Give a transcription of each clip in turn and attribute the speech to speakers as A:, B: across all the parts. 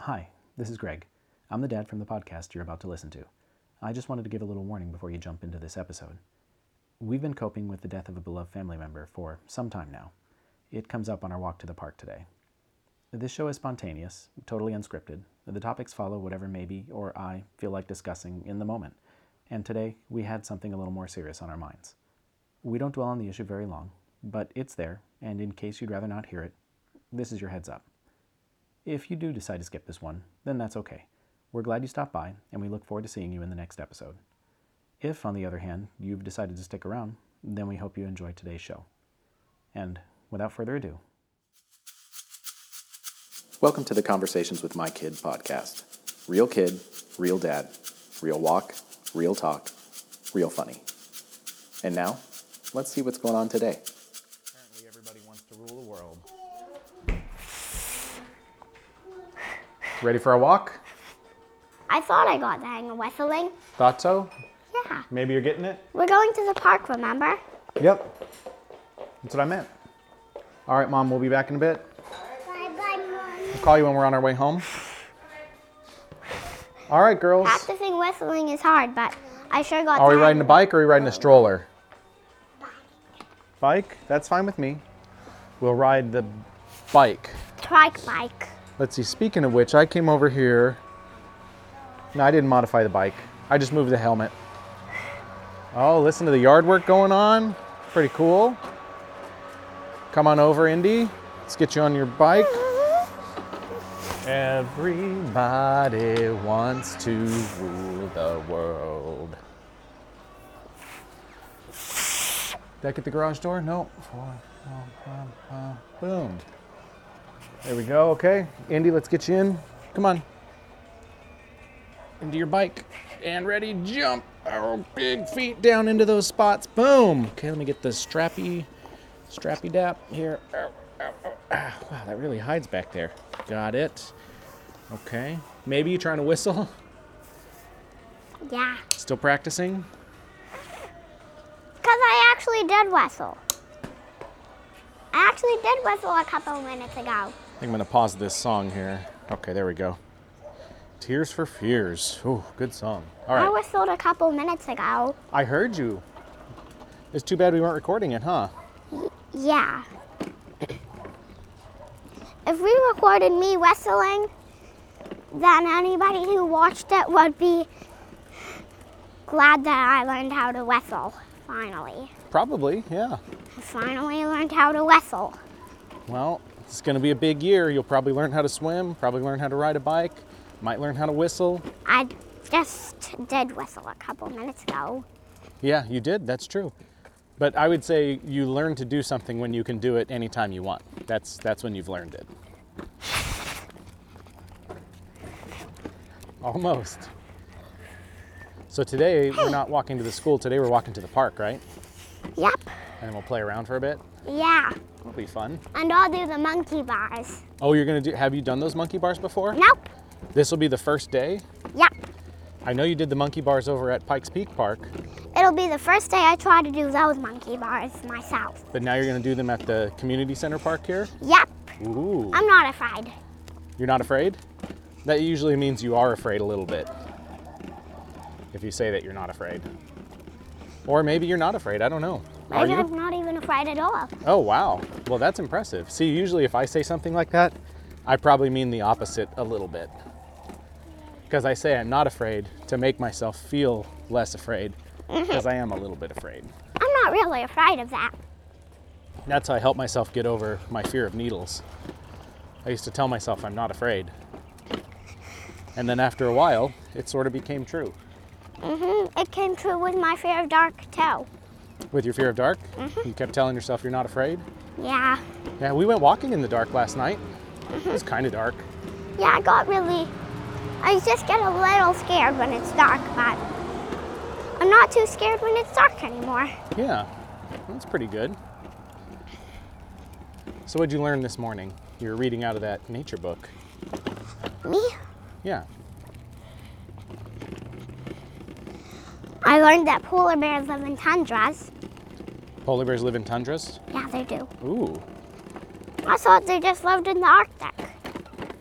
A: Hi, this is Greg. I'm the dad from the podcast you're about to listen to. I just wanted to give a little warning before you jump into this episode. We've been coping with the death of a beloved family member for some time now. It comes up on our walk to the park today. This show is spontaneous, totally unscripted. The topics follow whatever maybe or I feel like discussing in the moment. And today, we had something a little more serious on our minds. We don't dwell on the issue very long, but it's there, and in case you'd rather not hear it, this is your heads up. If you do decide to skip this one, then that's okay. We're glad you stopped by, and we look forward to seeing you in the next episode. If, on the other hand, you've decided to stick around, then we hope you enjoy today's show. And without further ado, welcome to the Conversations with My Kid podcast. Real kid, real dad, real walk, real talk, real funny. And now, let's see what's going on today. Apparently, everybody wants to rule the world. Ready for a walk?
B: I thought I got the hang of whistling.
A: Thought so?
B: Yeah.
A: Maybe you're getting it?
B: We're going to the park, remember?
A: Yep. That's what I meant. All right, Mom, we'll be back in a bit.
B: Bye bye, Mom.
A: Call you when we're on our way home. All right, girls.
B: Practicing whistling is hard, but I sure got
A: Are we
B: the
A: riding
B: hang
A: a bike or are we riding a stroller? Bike? That's fine with me. We'll ride the bike.
B: trike bike.
A: Let's see, speaking of which, I came over here. No, I didn't modify the bike, I just moved the helmet. Oh, listen to the yard work going on. Pretty cool. Come on over, Indy. Let's get you on your bike. Everybody wants to rule the world. Did that get the garage door? Nope. Four, one, one, one. Boom. There we go. Okay. Andy, let's get you in. Come on. Into your bike. And ready, jump. Our big feet down into those spots. Boom. Okay, let me get the strappy, strappy dap here. Ow, ow, ow. Ah, Wow, that really hides back there. Got it. Okay. Maybe you trying to whistle?
B: Yeah.
A: Still practicing?
B: Because I actually did whistle. I actually did whistle a couple minutes ago.
A: I think I'm gonna pause this song here. Okay, there we go. Tears for Fears. Ooh, good song. All
B: I
A: right.
B: whistled a couple minutes ago.
A: I heard you. It's too bad we weren't recording it, huh?
B: Yeah. If we recorded me whistling, then anybody who watched it would be glad that I learned how to whistle. Finally.
A: Probably, yeah.
B: I finally learned how to whistle.
A: Well, it's going to be a big year. You'll probably learn how to swim, probably learn how to ride a bike, might learn how to whistle.
B: I just did whistle a couple minutes ago.
A: Yeah, you did. That's true. But I would say you learn to do something when you can do it anytime you want. That's that's when you've learned it. Almost. So today we're not walking to the school. Today we're walking to the park, right?
B: Yep.
A: And then we'll play around for a bit.
B: Yeah.
A: It'll be fun.
B: And I'll do the monkey bars.
A: Oh, you're gonna do? Have you done those monkey bars before?
B: Nope.
A: This will be the first day.
B: Yep.
A: I know you did the monkey bars over at Pikes Peak Park,
B: It'll be the first day I try to do those monkey bars myself.
A: but now you're gonna do them at the community center park here.
B: Yep.
A: Ooh.
B: I'm not afraid.
A: You're not afraid? That usually means you are afraid a little bit. If you say that you're not afraid. Or maybe you're not afraid, I don't know. Are
B: Maybe
A: you?
B: I'm not even afraid at all.
A: Oh, wow. Well, that's impressive. See, usually if I say something like that, I probably mean the opposite a little bit. Because I say I'm not afraid to make myself feel less afraid, because I am a little bit afraid.
B: I'm not really afraid of that.
A: That's how I help myself get over my fear of needles. I used to tell myself I'm not afraid. And then after a while, it sort of became true.
B: It came true with my fear of dark too.
A: With your fear of dark, you kept telling yourself you're not afraid.
B: Yeah.
A: Yeah, we went walking in the dark last night. It was kind of dark.
B: Yeah, I got really. I just get a little scared when it's dark, but I'm not too scared when it's dark anymore.
A: Yeah, that's pretty good. So, what'd you learn this morning? You were reading out of that nature book.
B: Me?
A: Yeah.
B: I learned that polar bears live in tundras.
A: Polar bears live in tundras?
B: Yeah, they do.
A: Ooh.
B: I thought they just lived in the Arctic,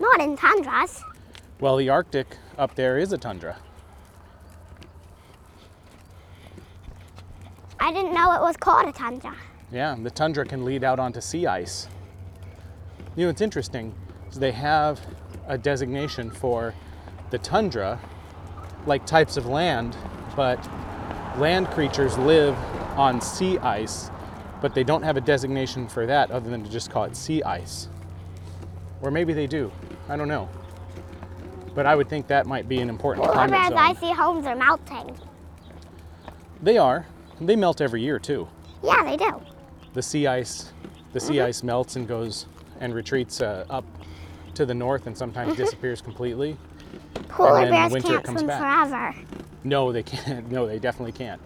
B: not in tundras.
A: Well, the Arctic up there is a tundra.
B: I didn't know it was called a tundra.
A: Yeah, the tundra can lead out onto sea ice. You know, it's interesting. is They have a designation for the tundra, like types of land, but land creatures live on sea ice, but they don't have a designation for that other than to just call it sea ice. Or maybe they do. I don't know. But I would think that might be an important
B: Polar
A: climate
B: bears'
A: zone.
B: icy homes are melting.
A: They are. They melt every year too.
B: Yeah, they do.
A: the sea ice the sea ice melts and goes and retreats uh, up to the north and sometimes disappears completely
B: Polar
A: then
B: bears
A: winter
B: can't
A: comes
B: swim
A: back.
B: forever.
A: no they can't no they definitely can't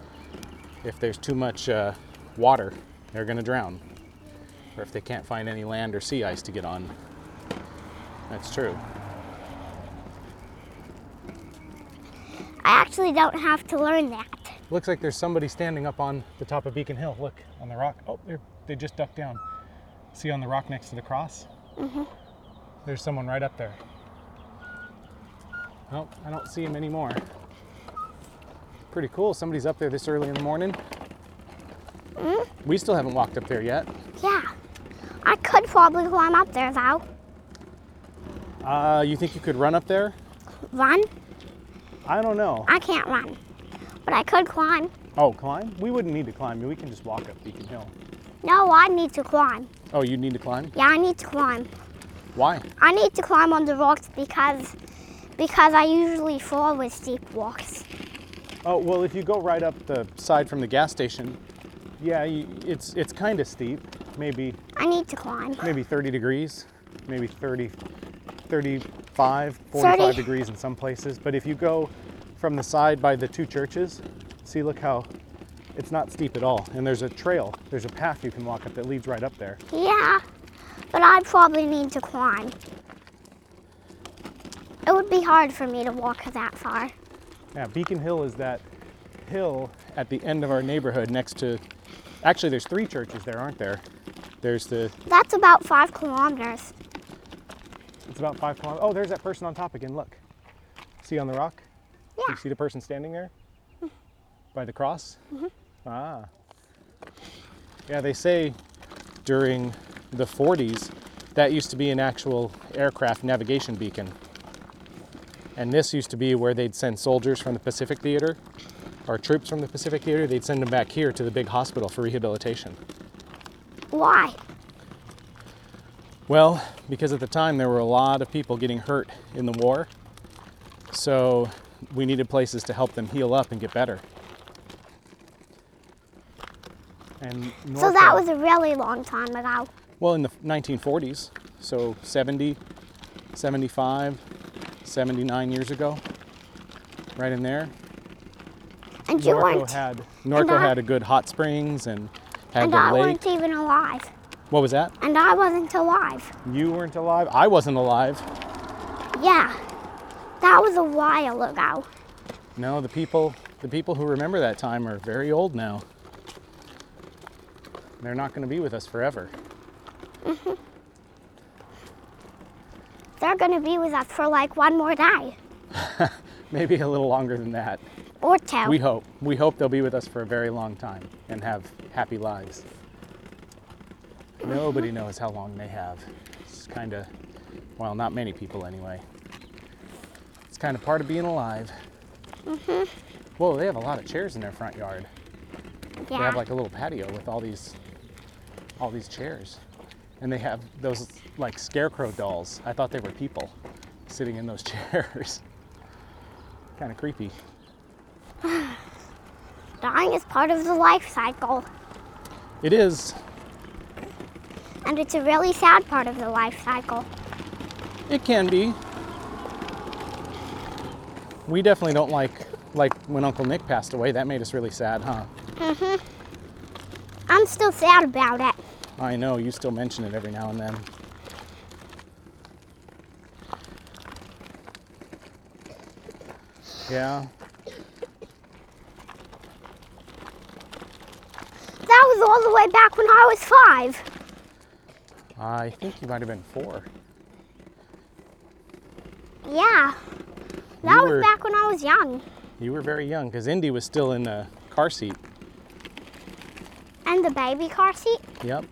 A: if there's too much uh, water they're going to drown or if they can't find any land or sea ice to get on that's true
B: I actually don't have to learn that.
A: looks like there's somebody standing up on the top of beacon hill look on the rock oh they're, they just ducked down see on the rock next to the cross there's someone right up there oh i don't see him anymore pretty cool somebody's up there this early in the morning we still haven't walked up there yet
B: Yeah. I could probably climb up there though.
A: uh, you think you could run up there
B: Run?
A: i don't know
B: I can't run. But I could climb.
A: oh climb we wouldn't need to climb we can just walk up beacon hill
B: No, I need to climb.
A: oh you need to climb
B: Yeah, I need to climb.
A: why
B: I need to climb on the rocks because because I usually fall with steep walks.
A: Oh well, if you go right up the side from the gas station, yeah, you, it's it's kind of steep, maybe
B: I need to climb.
A: maybe 30 degrees, maybe 30, 35, 45
B: 30.
A: degrees in some places. But if you go from the side by the two churches, see, look how it's not steep at all, and there's a trail, there's a path you can walk up that leads right up there.
B: Yeah, but I'd probably need to climb. It would be hard for me to walk that far.
A: Yeah, Beacon Hill is that hill at the end of our neighborhood next to. Actually, there's three churches there, aren't there? There's the
B: That's about five kilometers.
A: It's about five kilometers. Oh, there's that person on top again. Look. See on the rock?
B: Yeah.
A: You see the person standing there? By the cross? Mm-hmm. Ah. Yeah, they say during the 40s that used to be an actual aircraft navigation beacon. And this used to be where they'd send soldiers from the Pacific Theater or troops from the Pacific Theater. They'd send them back here to the big hospital for rehabilitation.
B: Why?
A: Well, because at the time there were a lot of people getting hurt in the war. So we needed places to help them heal up and get better. And
B: So that
A: Norfolk-
B: was a really long time ago.
A: well in the 1940s, so 70, 75, 79 years ago. Right in there.
B: And you
A: Norco
B: weren't.
A: had Norco
B: I-
A: had a good hot springs and had
B: and
A: the
B: I
A: lake.
B: weren't even alive.
A: What was that?
B: And I wasn't alive.
A: You weren't alive. I wasn't alive.
B: Yeah, that was a while ago.
A: No, the people the people who remember that time are very old now. They're not going to be with us forever.
B: They're gonna be with us for like one more day
A: Maybe a little longer than that.
B: or two.
A: We hope. We hope they'll be with us for a very long time and have happy lives. Nobody knows how long they have. It's kind of well, not many people anyway. It's kind of part of being alive. Whoa, they have a lot of chairs in their front yard. They
B: yeah.
A: have like a little patio with all these all these chairs. And they have those like scarecrow dolls. I thought they were people sitting in those chairs. kind of creepy.
B: Dying is part of the life cycle,
A: It is.
B: and it's a really sad part of the life cycle.
A: It can be. We definitely don't like like when Uncle Nick passed away. That made us really sad, huh?
B: I'm still sad about it.
A: I know you still mention it every now and then. Yeah.
B: That was all the way back when I was five.
A: I think you might have been four.
B: Yeah. That
A: were-
B: was back when I was young.
A: You were very young because Indy was still in the car seat.
B: And the baby car seat?
A: Yep.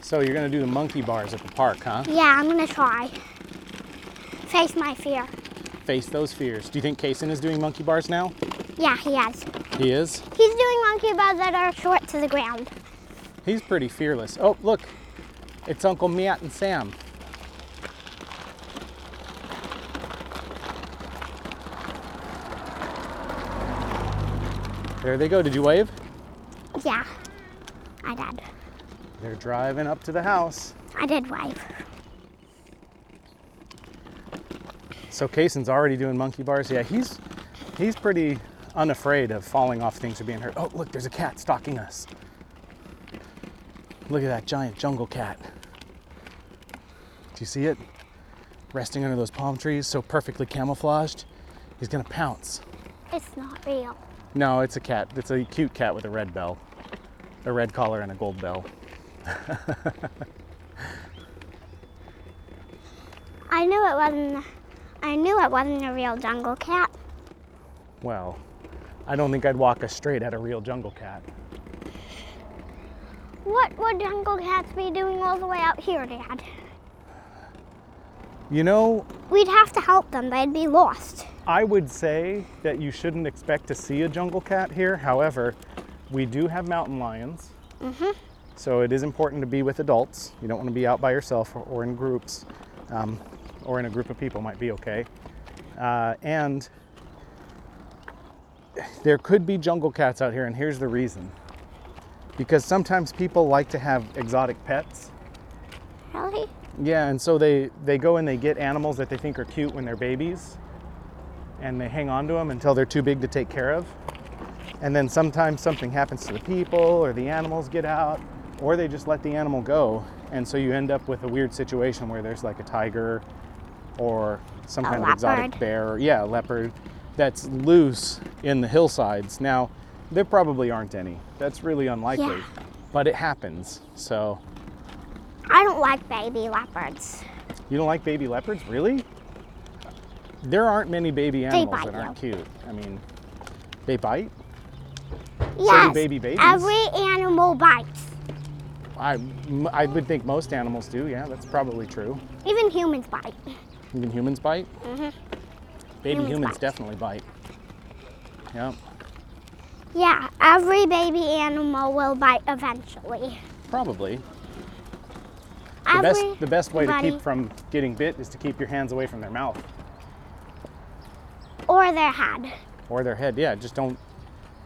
A: So you're gonna do the monkey bars at the park, huh?
B: Yeah, I'm gonna try. Face my fear.
A: Face those fears. Do you think Kaysen is doing monkey bars now?
B: Yeah, he has.
A: He is.
B: He's doing monkey bars that are short to the ground.
A: He's pretty fearless. Oh, look, it's Uncle Matt and Sam. There they go. Did you wave?
B: Yeah, I did.
A: They're driving up to the house.
B: I did wave.
A: So Kaysen's already doing monkey bars. Yeah, he's he's pretty unafraid of falling off things or being hurt. Oh, look, there's a cat stalking us. Look at that giant jungle cat. Do you see it? Resting under those palm trees, so perfectly camouflaged. He's gonna pounce.
B: It's not real.
A: No, it's a cat. It's a cute cat with a red bell, a red collar, and a gold bell.
B: I knew it wasn't. I knew it wasn't a real jungle cat.
A: Well, I don't think I'd walk us straight at a real jungle cat.
B: What would jungle cats be doing all the way out here, Dad?
A: You know,
B: We'd have to help them. They'd be lost.
A: I would say that you shouldn't expect to see a jungle cat here. However, we do have mountain lions. So it is important to be with adults. You don't want to be out by yourself or, or in groups, um, or in a group of people might be okay. Uh, and there could be jungle cats out here, and here's the reason. Because sometimes people like to have exotic pets.
B: Really?
A: Yeah, and so they they go and they get animals that they think are cute when they're babies, and they hang on to them until they're too big to take care of, and then sometimes something happens to the people or the animals get out, or they just let the animal go, and so you end up with a weird situation where there's like a tiger, or some
B: A
A: kind of exotic
B: leopard.
A: bear, or, yeah, a leopard, that's loose in the hillsides. Now, there probably aren't any. That's really unlikely,
B: Yeah.
A: but it happens. So
B: I don't like baby leopards.
A: You don't like baby leopards, really? There aren't many baby animals
B: bite
A: that aren't cute. I mean, they bite.
B: yes.
A: baby babies?
B: Every animal bites.
A: I, m- I would think most animals do. Yeah, that's probably true.
B: Even humans bite.
A: Even humans bite. Baby humans,
B: Mm-hmm. Humans bite.
A: definitely bite. Yeah,
B: Yeah, every baby animal will bite eventually.
A: probably. The
B: every
A: best the best way to
B: buddy
A: keep from getting bit is to keep your hands away from their mouth
B: or their head.
A: or their head. Yeah, just don't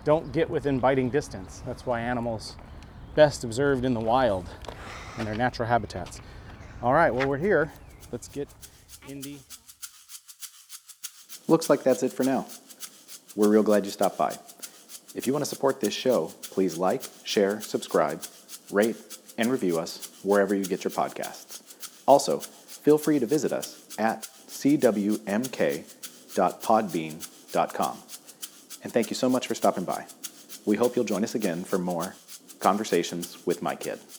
A: don't get within biting distance. That's why animals best observed in the wild in their natural habitats. All right, well we're here. Let's get Indy.
C: Looks like that's it for now. We're real glad you stopped by. If you want to support this show, please like, share, subscribe, rate, and review us wherever you get your podcasts. Also, feel free to visit us at cwmk.podbean.com. And thank you so much for stopping by. We hope you'll join us again for more Conversations with My Kid.